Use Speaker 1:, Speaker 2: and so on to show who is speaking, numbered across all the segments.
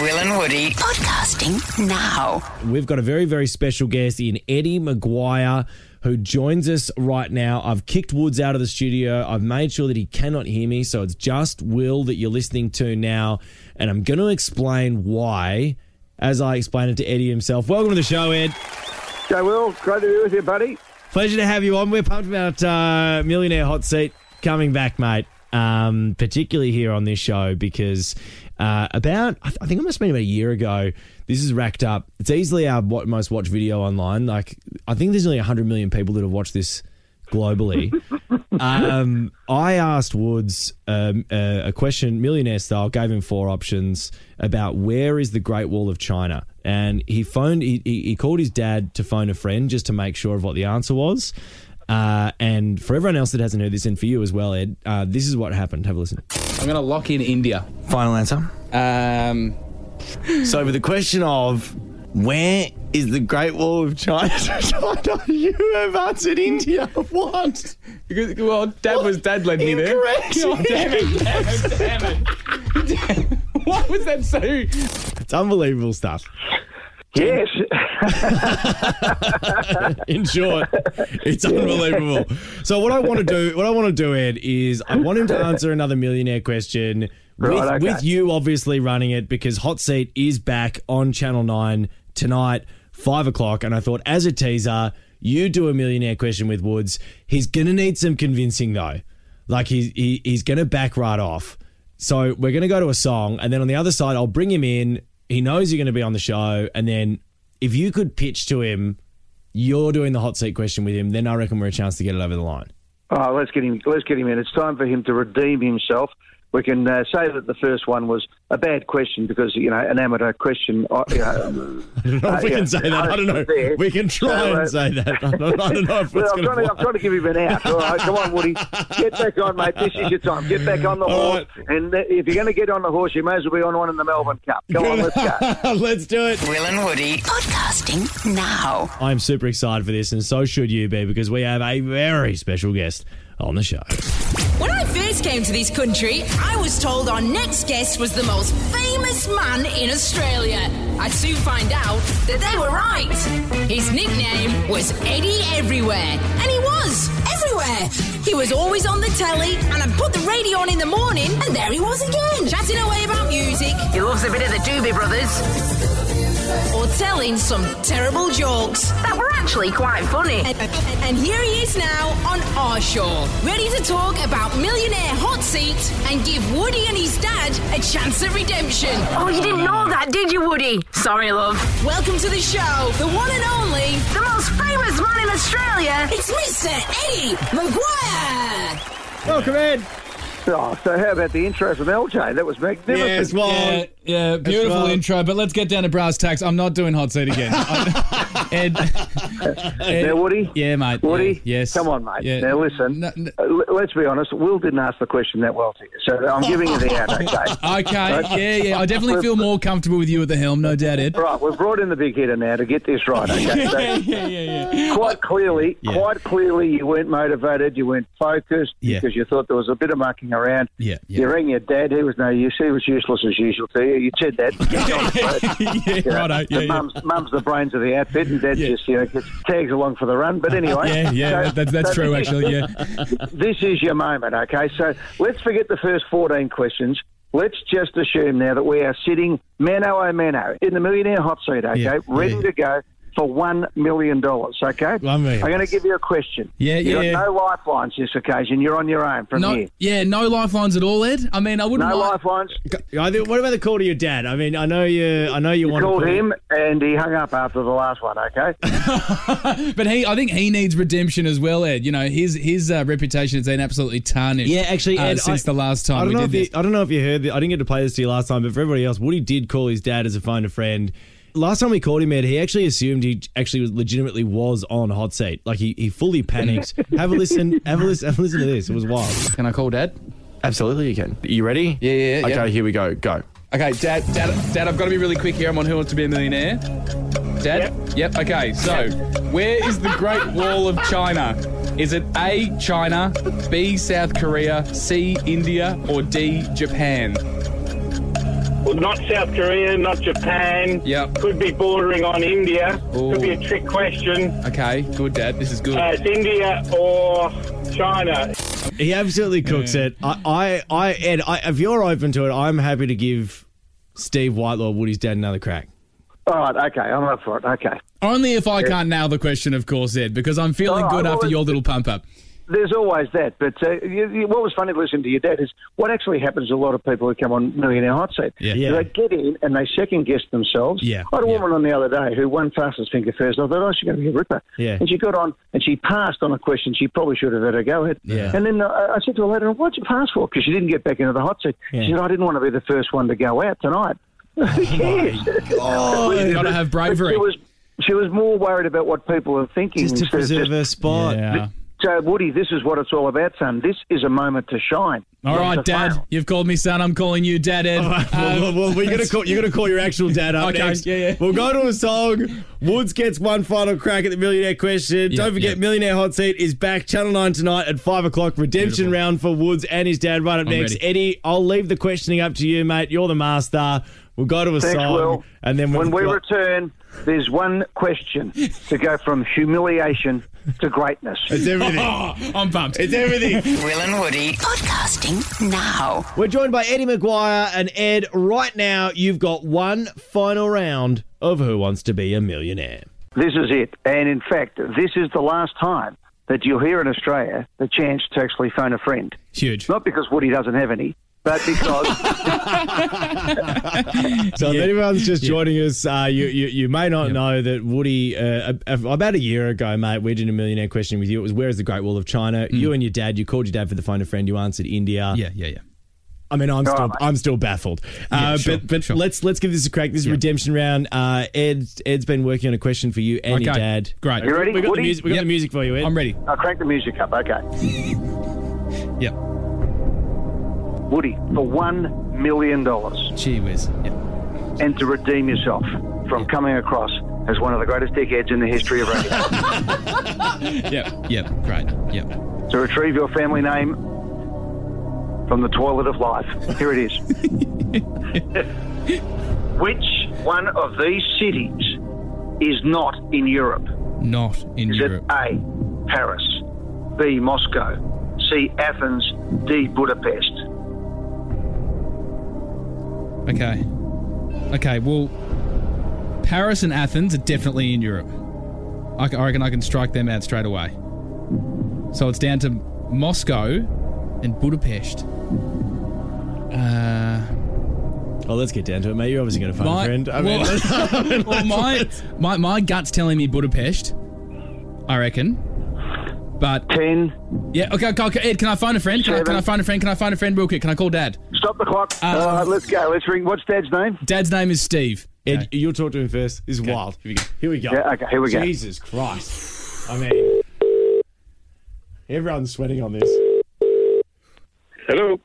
Speaker 1: Will and Woody podcasting now.
Speaker 2: We've got a very, very special guest in Eddie Maguire who joins us right now. I've kicked Woods out of the studio. I've made sure that he cannot hear me. So it's just Will that you're listening to now. And I'm going to explain why as I explain it to Eddie himself. Welcome to the show, Ed.
Speaker 3: So, Will, great to be with you, buddy.
Speaker 2: Pleasure to have you on. We're pumped about uh, Millionaire Hot Seat coming back, mate. Um, particularly here on this show because uh, about I, th- I think it must have been about a year ago. This is racked up. It's easily our wa- most watched video online. Like I think there's only 100 million people that have watched this globally. um, I asked Woods um, uh, a question, millionaire style, gave him four options about where is the Great Wall of China, and he phoned. He, he he called his dad to phone a friend just to make sure of what the answer was. Uh, and for everyone else that hasn't heard this, and for you as well, Ed, uh, this is what happened. Have a listen.
Speaker 4: I'm going to lock in India.
Speaker 5: Final answer.
Speaker 4: Um,
Speaker 5: So, for the question of where is the Great Wall of China? China, you have answered India. What?
Speaker 4: because, well, Dad was Dad led me there.
Speaker 5: Incorrect.
Speaker 4: Oh, damn it! Damn it! Damn it! Why was that so?
Speaker 2: It's unbelievable stuff.
Speaker 3: Yes.
Speaker 2: In short, it's unbelievable. So what I want to do, what I want to do, Ed, is I want him to answer another millionaire question with,
Speaker 3: Right, okay.
Speaker 2: with you obviously running it because Hot Seat is back on Channel Nine tonight, five o'clock, and I thought as a teaser, you do a millionaire question with Woods. He's gonna need some convincing though, like he's he, he's gonna back right off. So we're gonna go to a song, and then on the other side, I'll bring him in. He knows you're gonna be on the show, and then if you could pitch to him you're doing the hot seat question with him, then I reckon we're a chance to get it over the line.
Speaker 3: Oh, let's get him. Let's get him in. It's time for him to redeem himself. We can uh, say that the first one was a bad question because you know an amateur question. Uh, you know,
Speaker 2: I don't know if
Speaker 3: Uh,
Speaker 2: we
Speaker 3: yeah,
Speaker 2: can say that. I don't know.
Speaker 3: there.
Speaker 2: We can try
Speaker 3: So, uh,
Speaker 2: and say that. I don't, I don't know if
Speaker 3: well,
Speaker 2: it's
Speaker 3: I'm
Speaker 2: going
Speaker 3: trying, to, I'm
Speaker 2: to.
Speaker 3: trying to give him an out. All right, come on, Woody, get back on, mate. This is your time. Get back on the
Speaker 2: All
Speaker 3: horse, and th- if you're going to get on the horse, you may as well be on one in the Melbourne Cup. Come on, let's go.
Speaker 2: Let's do it.
Speaker 1: Will and Woody podcasting now.
Speaker 2: I'm super excited for this, and so should you be, because we have a very special guest on the show.
Speaker 6: When I first came to this country, I was told our next guest was the most famous man in Australia. I soon find out that they were right. His nickname was Eddie Everywhere, and he was everywhere. He was always on the telly, and I'd put the radio on in the morning, and there he was again, chatting away about music. He loves a bit of the Doobie Brothers. Or telling some terrible jokes that were actually quite funny. And, and here he is now on our show, ready to talk about Millionaire Hot Seat and give Woody and his dad a chance at redemption.
Speaker 7: Oh, you didn't know that, did you, Woody? Sorry, love.
Speaker 6: Welcome to the show, the one and only,
Speaker 7: The most famous man in Australia.
Speaker 6: it's Mr. Eddie Maguire.
Speaker 2: Welcome, Ed.
Speaker 3: Oh, so how about the intro from LJ? That was magnificent.
Speaker 2: Yes, well,
Speaker 4: Yeah, yeah, beautiful
Speaker 2: right.
Speaker 4: intro, but let's get down to brass tacks. I'm not doing hot seat again. I- Ed, Ed-
Speaker 3: Now, Woody?
Speaker 4: Yeah, mate.
Speaker 3: Woody?
Speaker 4: Yeah, yes.
Speaker 3: Come on, mate.
Speaker 4: Yeah.
Speaker 3: Now, listen,
Speaker 4: No, no.
Speaker 3: uh, l- let's be honest. Will didn't ask the question that well to you, so I'm giving you the out, okay?
Speaker 4: Okay, yeah, yeah. I definitely feel more comfortable with you at the helm, no doubt, Ed.
Speaker 3: Right, we've brought in the big hitter now to get this right, okay? So
Speaker 4: Yeah, yeah, yeah, yeah.
Speaker 3: quite clearly,
Speaker 2: Yeah.
Speaker 3: quite clearly, you weren't motivated, you weren't focused
Speaker 2: Yeah.
Speaker 3: because you thought there was a bit of mucking around.
Speaker 4: Yeah,
Speaker 3: You rang your dad, he was no use, he was useless as usual to you. You said that.
Speaker 4: yeah,
Speaker 3: You know,
Speaker 4: righto, yeah,
Speaker 3: the
Speaker 4: yeah.
Speaker 3: mum's, mum's the brains of the outfit, and dad
Speaker 4: Yeah.
Speaker 3: just you know gets tags along for the run. But anyway,
Speaker 4: Yeah, yeah,
Speaker 3: so-
Speaker 4: that, that's- that's
Speaker 3: so
Speaker 4: true,
Speaker 3: this-
Speaker 4: actually, yeah.
Speaker 3: this is your moment, okay? So let's forget the first 14 questions. Let's just assume now that we are sitting mano a mano in the millionaire hot seat, okay?
Speaker 4: Yeah,
Speaker 3: Ready
Speaker 4: yeah.
Speaker 3: to go for $1 million, okay?
Speaker 2: One million.
Speaker 3: I'm going to give you a question.
Speaker 4: Yeah,
Speaker 3: you
Speaker 4: yeah.
Speaker 3: got no lifelines this occasion. You're on your own from
Speaker 4: No,
Speaker 3: here.
Speaker 4: yeah, no lifelines at all, Ed. I mean, I wouldn't
Speaker 3: No
Speaker 4: mind-
Speaker 3: lifelines.
Speaker 2: I think- what about the call to your dad? I mean, I know you. I know you, want
Speaker 3: Called
Speaker 2: to call
Speaker 3: him and he hung up after the last one, okay?
Speaker 4: But he, I think he needs redemption as well, Ed. You know, his his uh, reputation has been absolutely tarnished.
Speaker 2: Yeah, actually,
Speaker 4: uh,
Speaker 2: Ed,
Speaker 4: since
Speaker 2: I-
Speaker 4: the last
Speaker 2: I
Speaker 4: time
Speaker 2: don't
Speaker 4: we
Speaker 2: know
Speaker 4: did
Speaker 2: if you,
Speaker 4: this.
Speaker 2: I don't know if you heard. The, I didn't get to play this to you last time, but for everybody else, Woody did call his dad as a phone a friend. Last time we called him, Ed, he actually assumed he actually was legitimately was on hot seat. Like he, he fully panicked. have a listen. Have a listen. Have a listen to this. It was wild.
Speaker 4: Can I call Dad?
Speaker 5: Absolutely, you can. You ready?
Speaker 4: Yeah, yeah, yeah.
Speaker 5: Okay, here we go. Go.
Speaker 4: Okay, Dad, Dad, Dad, I've got to be really quick here. I'm on Who Wants to Be a Millionaire. Dad. Yep. okay. So, where is the Great Wall of China? Is it A. China, B. South Korea, C. India, or D. Japan?
Speaker 8: Well, not South Korea, not Japan.
Speaker 4: Yep.
Speaker 8: Could be bordering on India.
Speaker 4: Ooh.
Speaker 8: Could be a trick question.
Speaker 4: Okay, good, Dad. This is good.
Speaker 8: Uh, it's India or China.
Speaker 2: He absolutely cooks it. I, I, I Ed, I, if you're open to it, I'm happy to give Steve Whitelaw, Woody's dad, another crack.
Speaker 3: All right, okay, I'm up for it. Okay.
Speaker 4: Only if I can't nail the question, of course, Ed, because I'm feeling
Speaker 3: All right,
Speaker 4: good
Speaker 3: well,
Speaker 4: after your
Speaker 3: it's-
Speaker 4: little pump up.
Speaker 3: There's always that, but uh, you, you, what was funny listening to your dad is what actually happens to a lot of people who come on Millionaire Hot Seat.
Speaker 4: Yeah.
Speaker 2: Yeah.
Speaker 3: They get in and they second guess themselves.
Speaker 2: Yeah,
Speaker 3: I had a
Speaker 2: yeah.
Speaker 3: woman on the other day who won fastest finger first. I thought, oh, she's going to be a ripper.
Speaker 2: Yeah.
Speaker 3: And she got on and she passed on a question she probably should have had a go at.
Speaker 2: Yeah.
Speaker 3: And then uh, I said to her later, what'd you pass for? Because she didn't get back into the hot seat.
Speaker 2: Yeah.
Speaker 3: She said, I didn't want to be the first one to go out tonight. Who cares?
Speaker 4: you got to have bravery.
Speaker 3: She was, she was more worried about what people are thinking
Speaker 2: Just to
Speaker 3: instead of
Speaker 2: preserve
Speaker 3: just
Speaker 2: her spot.
Speaker 4: Yeah.
Speaker 3: so, Woody, this is what it's all about, son. This is a moment to shine.
Speaker 4: All
Speaker 3: Not
Speaker 4: right,
Speaker 3: to
Speaker 4: Dad.
Speaker 3: fail.
Speaker 4: You've called me son. I'm calling you Dad, Ed.
Speaker 2: Well,
Speaker 4: Um,
Speaker 2: well, well, you're gonna call. You're gonna call your actual dad up
Speaker 4: Okay,
Speaker 2: next.
Speaker 4: yeah, yeah.
Speaker 2: We'll go to a song. Woods gets one final crack at the millionaire question.
Speaker 4: Yeah,
Speaker 2: Don't forget,
Speaker 4: yeah.
Speaker 2: millionaire hot seat is back Channel Nine tonight at five o'clock. Redemption
Speaker 4: Beautiful.
Speaker 2: round for Woods and his dad. Right up
Speaker 4: I'm
Speaker 2: next,
Speaker 4: ready.
Speaker 2: Eddie. I'll leave the questioning up to you, mate. You're the master. We'll go to a
Speaker 3: Thanks,
Speaker 2: song,
Speaker 3: Will.
Speaker 2: and then
Speaker 3: when
Speaker 2: we've
Speaker 3: we
Speaker 2: got-
Speaker 3: return, there's one question to go from humiliation to greatness.
Speaker 2: it's everything.
Speaker 4: oh, I'm pumped.
Speaker 2: It's everything.
Speaker 1: Will and Woody. Podcasting now.
Speaker 2: We're joined by Eddie McGuire and Ed. Right now, you've got one final round of Who Wants to Be a Millionaire.
Speaker 3: This is it. And in fact, this is the last time that you'll hear in Australia the chance to actually phone a friend.
Speaker 4: Huge.
Speaker 3: Not because Woody doesn't have any, but because
Speaker 2: So if anyone's just joining us, uh, you, you you may not know that Woody uh, a- a- about a year ago, mate, we did a millionaire question with you. It was where is the Great Wall of China? You and your dad. You called your dad for the phone a friend. You answered India.
Speaker 4: Mm. Yeah, yeah, yeah.
Speaker 2: I mean, I'm still
Speaker 3: mate.
Speaker 2: I'm still baffled. uh,
Speaker 4: sure,
Speaker 2: but but
Speaker 4: sure.
Speaker 2: let's let's give this a crack. This is redemption round. Uh, Ed Ed's been working on a question for you and your
Speaker 4: Okay.
Speaker 2: dad.
Speaker 4: Great.
Speaker 3: You ready?
Speaker 2: We got the
Speaker 3: Woody?
Speaker 2: music. We got
Speaker 4: Yep.
Speaker 2: the music for you. Ed.
Speaker 4: I'm ready.
Speaker 3: I crank the music up. Okay.
Speaker 4: Yep.
Speaker 3: Woody, for $1 million.
Speaker 4: Gee whiz. Yep.
Speaker 3: and to redeem yourself from coming across as one of the greatest dickheads in the history of radio.
Speaker 4: Yep. Yep. Great. Yep.
Speaker 3: to retrieve your family name from the toilet of life. Here it is. Which one of these cities is not in Europe?
Speaker 4: Not in
Speaker 3: Is
Speaker 4: Europe.
Speaker 3: it A, Paris, B, Moscow, C, Athens, D, Budapest?
Speaker 4: Okay. Okay, well, Paris and Athens are definitely in Europe. I, c- I reckon I can strike them out straight away. So it's down to Moscow and Budapest. Uh,
Speaker 2: Oh, let's get down to it, mate. You're obviously going to phone a
Speaker 4: my,
Speaker 2: friend. I mean,
Speaker 4: well, well, my, my, my gut's telling me Budapest, I reckon. But,
Speaker 3: 10.
Speaker 4: yeah, okay, okay, okay, Ed, can I find a friend? Can I, can I
Speaker 3: Seven.
Speaker 4: find a friend? Can I find a friend real quick? Can I call Dad?
Speaker 3: Stop the clock.
Speaker 4: Uh,
Speaker 3: All right, let's go. Let's ring. What's Dad's name?
Speaker 4: Dad's name is Steve.
Speaker 2: Ed,
Speaker 4: Okay.
Speaker 2: you'll talk to him first. This is wild.
Speaker 4: Here we go.
Speaker 2: Here we go.
Speaker 3: Yeah, okay, here we go.
Speaker 2: Jesus Christ. I mean, everyone's sweating on this.
Speaker 8: Hello.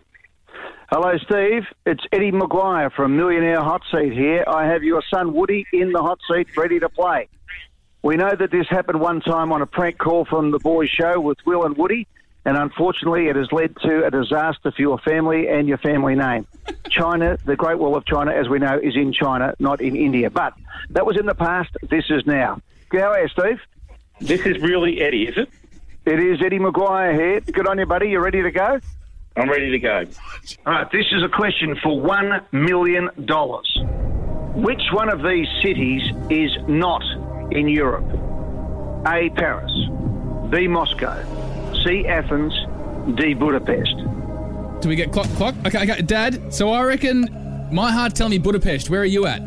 Speaker 3: Hello, Steve. It's Eddie McGuire from Millionaire Hot Seat here. I have your son Woody in the hot seat ready to play. We know that this happened one time on a prank call from the boys' show with Will and Woody, and unfortunately, it has led to a disaster for your family and your family name. China, the Great Wall of China, as we know, is in China, not in India. But that was in the past. This is now. How are you, Steve?
Speaker 8: This is really Eddie, is it?
Speaker 3: It is Eddie McGuire here. Good on you, buddy. You ready to go?
Speaker 8: I'm ready to go.
Speaker 3: All right, this is a question for one million dollars. Which one of these cities is not in Europe? A. Paris, B. Moscow, C. Athens, D. Budapest.
Speaker 4: Do we get clock? Clock? Okay, okay. Dad, so I reckon my heart tell me Budapest. Where are you at?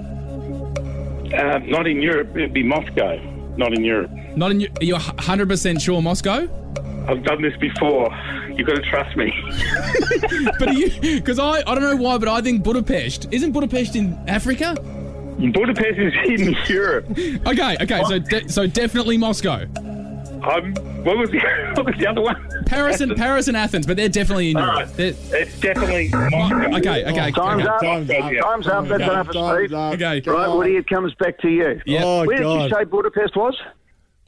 Speaker 8: Uh, not in Europe. It'd be Moscow. Not in Europe.
Speaker 4: Not in. Eu- Are you 100% sure Moscow?
Speaker 8: I've done this before. You've got to trust me.
Speaker 4: But are you. Because I, I don't know why, but I think Budapest. Isn't Budapest in Africa?
Speaker 8: Budapest is in Europe.
Speaker 4: Okay, okay. So de- so definitely Moscow.
Speaker 8: I'm, what, was the, what was the other one?
Speaker 4: Paris and, Paris and Athens, but they're definitely in Europe.
Speaker 8: right.
Speaker 4: They're-
Speaker 8: It's definitely Moscow.
Speaker 4: okay, okay.
Speaker 3: Time's
Speaker 4: okay.
Speaker 3: up.
Speaker 2: Time's up.
Speaker 3: Time's up. That's enough,
Speaker 2: Time's
Speaker 3: Steve.
Speaker 2: up.
Speaker 4: Okay.
Speaker 3: Right, Woody, it comes back to you.
Speaker 4: Yeah.
Speaker 2: Oh,
Speaker 3: Where did you
Speaker 2: God.
Speaker 3: say Budapest was?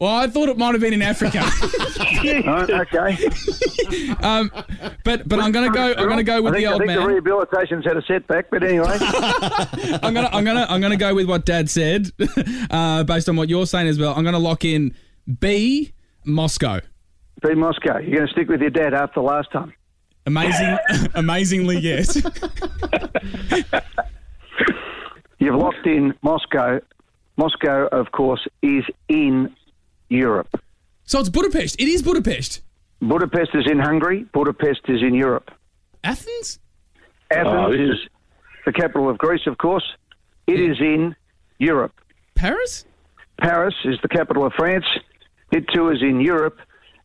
Speaker 4: Well, I thought it might have been in Africa,
Speaker 3: Right, okay.
Speaker 4: but but I'm gonna go. I'm gonna go
Speaker 3: I
Speaker 4: with
Speaker 3: think,
Speaker 4: the
Speaker 3: I
Speaker 4: old
Speaker 3: think the
Speaker 4: man.
Speaker 3: rehabilitation's had a setback, but anyway.
Speaker 4: I'm gonna I'm gonna I'm gonna go with what Dad said, uh, based on what you're saying as well. I'm gonna lock in B Moscow.
Speaker 3: Be Moscow. You're going to stick with your dad after last time.
Speaker 4: Amazing, amazingly yes.
Speaker 3: You've locked in Moscow. Moscow, of course, is in Europe.
Speaker 4: So it's Budapest. It is Budapest.
Speaker 3: Budapest is in Hungary. Budapest is in Europe.
Speaker 4: Athens.
Speaker 8: Oh,
Speaker 3: Athens
Speaker 8: this
Speaker 3: is the capital of Greece, of course. It is in Europe.
Speaker 4: Paris?
Speaker 3: Paris is the capital of France. It too is in Europe.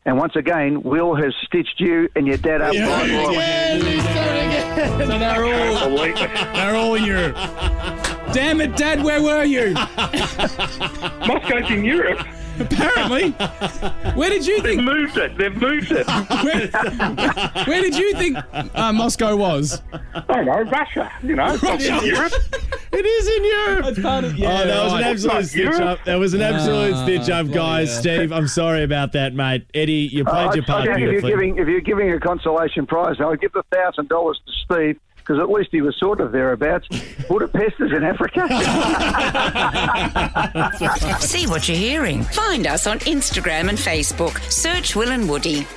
Speaker 3: And once again, Will has stitched you and your dad up.
Speaker 4: So they're all they're all in Europe. Damn it, Dad, where were you?
Speaker 8: Moscow's in Europe.
Speaker 4: Apparently. Where did you
Speaker 8: They've
Speaker 4: think
Speaker 8: moved it. They've moved it. I
Speaker 4: where, where did you think uh, Moscow was?
Speaker 8: don't know. Russia. You know, it's not in Europe.
Speaker 2: It is in Europe. oh, that was an
Speaker 4: right.
Speaker 2: absolute
Speaker 8: Fuck
Speaker 2: stitch
Speaker 8: Europe.
Speaker 2: up. That was an absolute
Speaker 4: Ah,
Speaker 2: stitch up,
Speaker 4: bloody
Speaker 2: guys.
Speaker 4: hell.
Speaker 2: Steve, I'm sorry about that, mate. Eddie, you
Speaker 3: Uh,
Speaker 2: played
Speaker 3: I-
Speaker 2: your part
Speaker 3: I think if,
Speaker 2: beautifully.
Speaker 3: you're giving, if you're giving a consolation prize, I'll give the thousand dollars to Steve because at least he was sort of thereabouts. Budapest is in Africa.
Speaker 1: See what you're hearing. Find us on Instagram and Facebook. Search Will and Woody.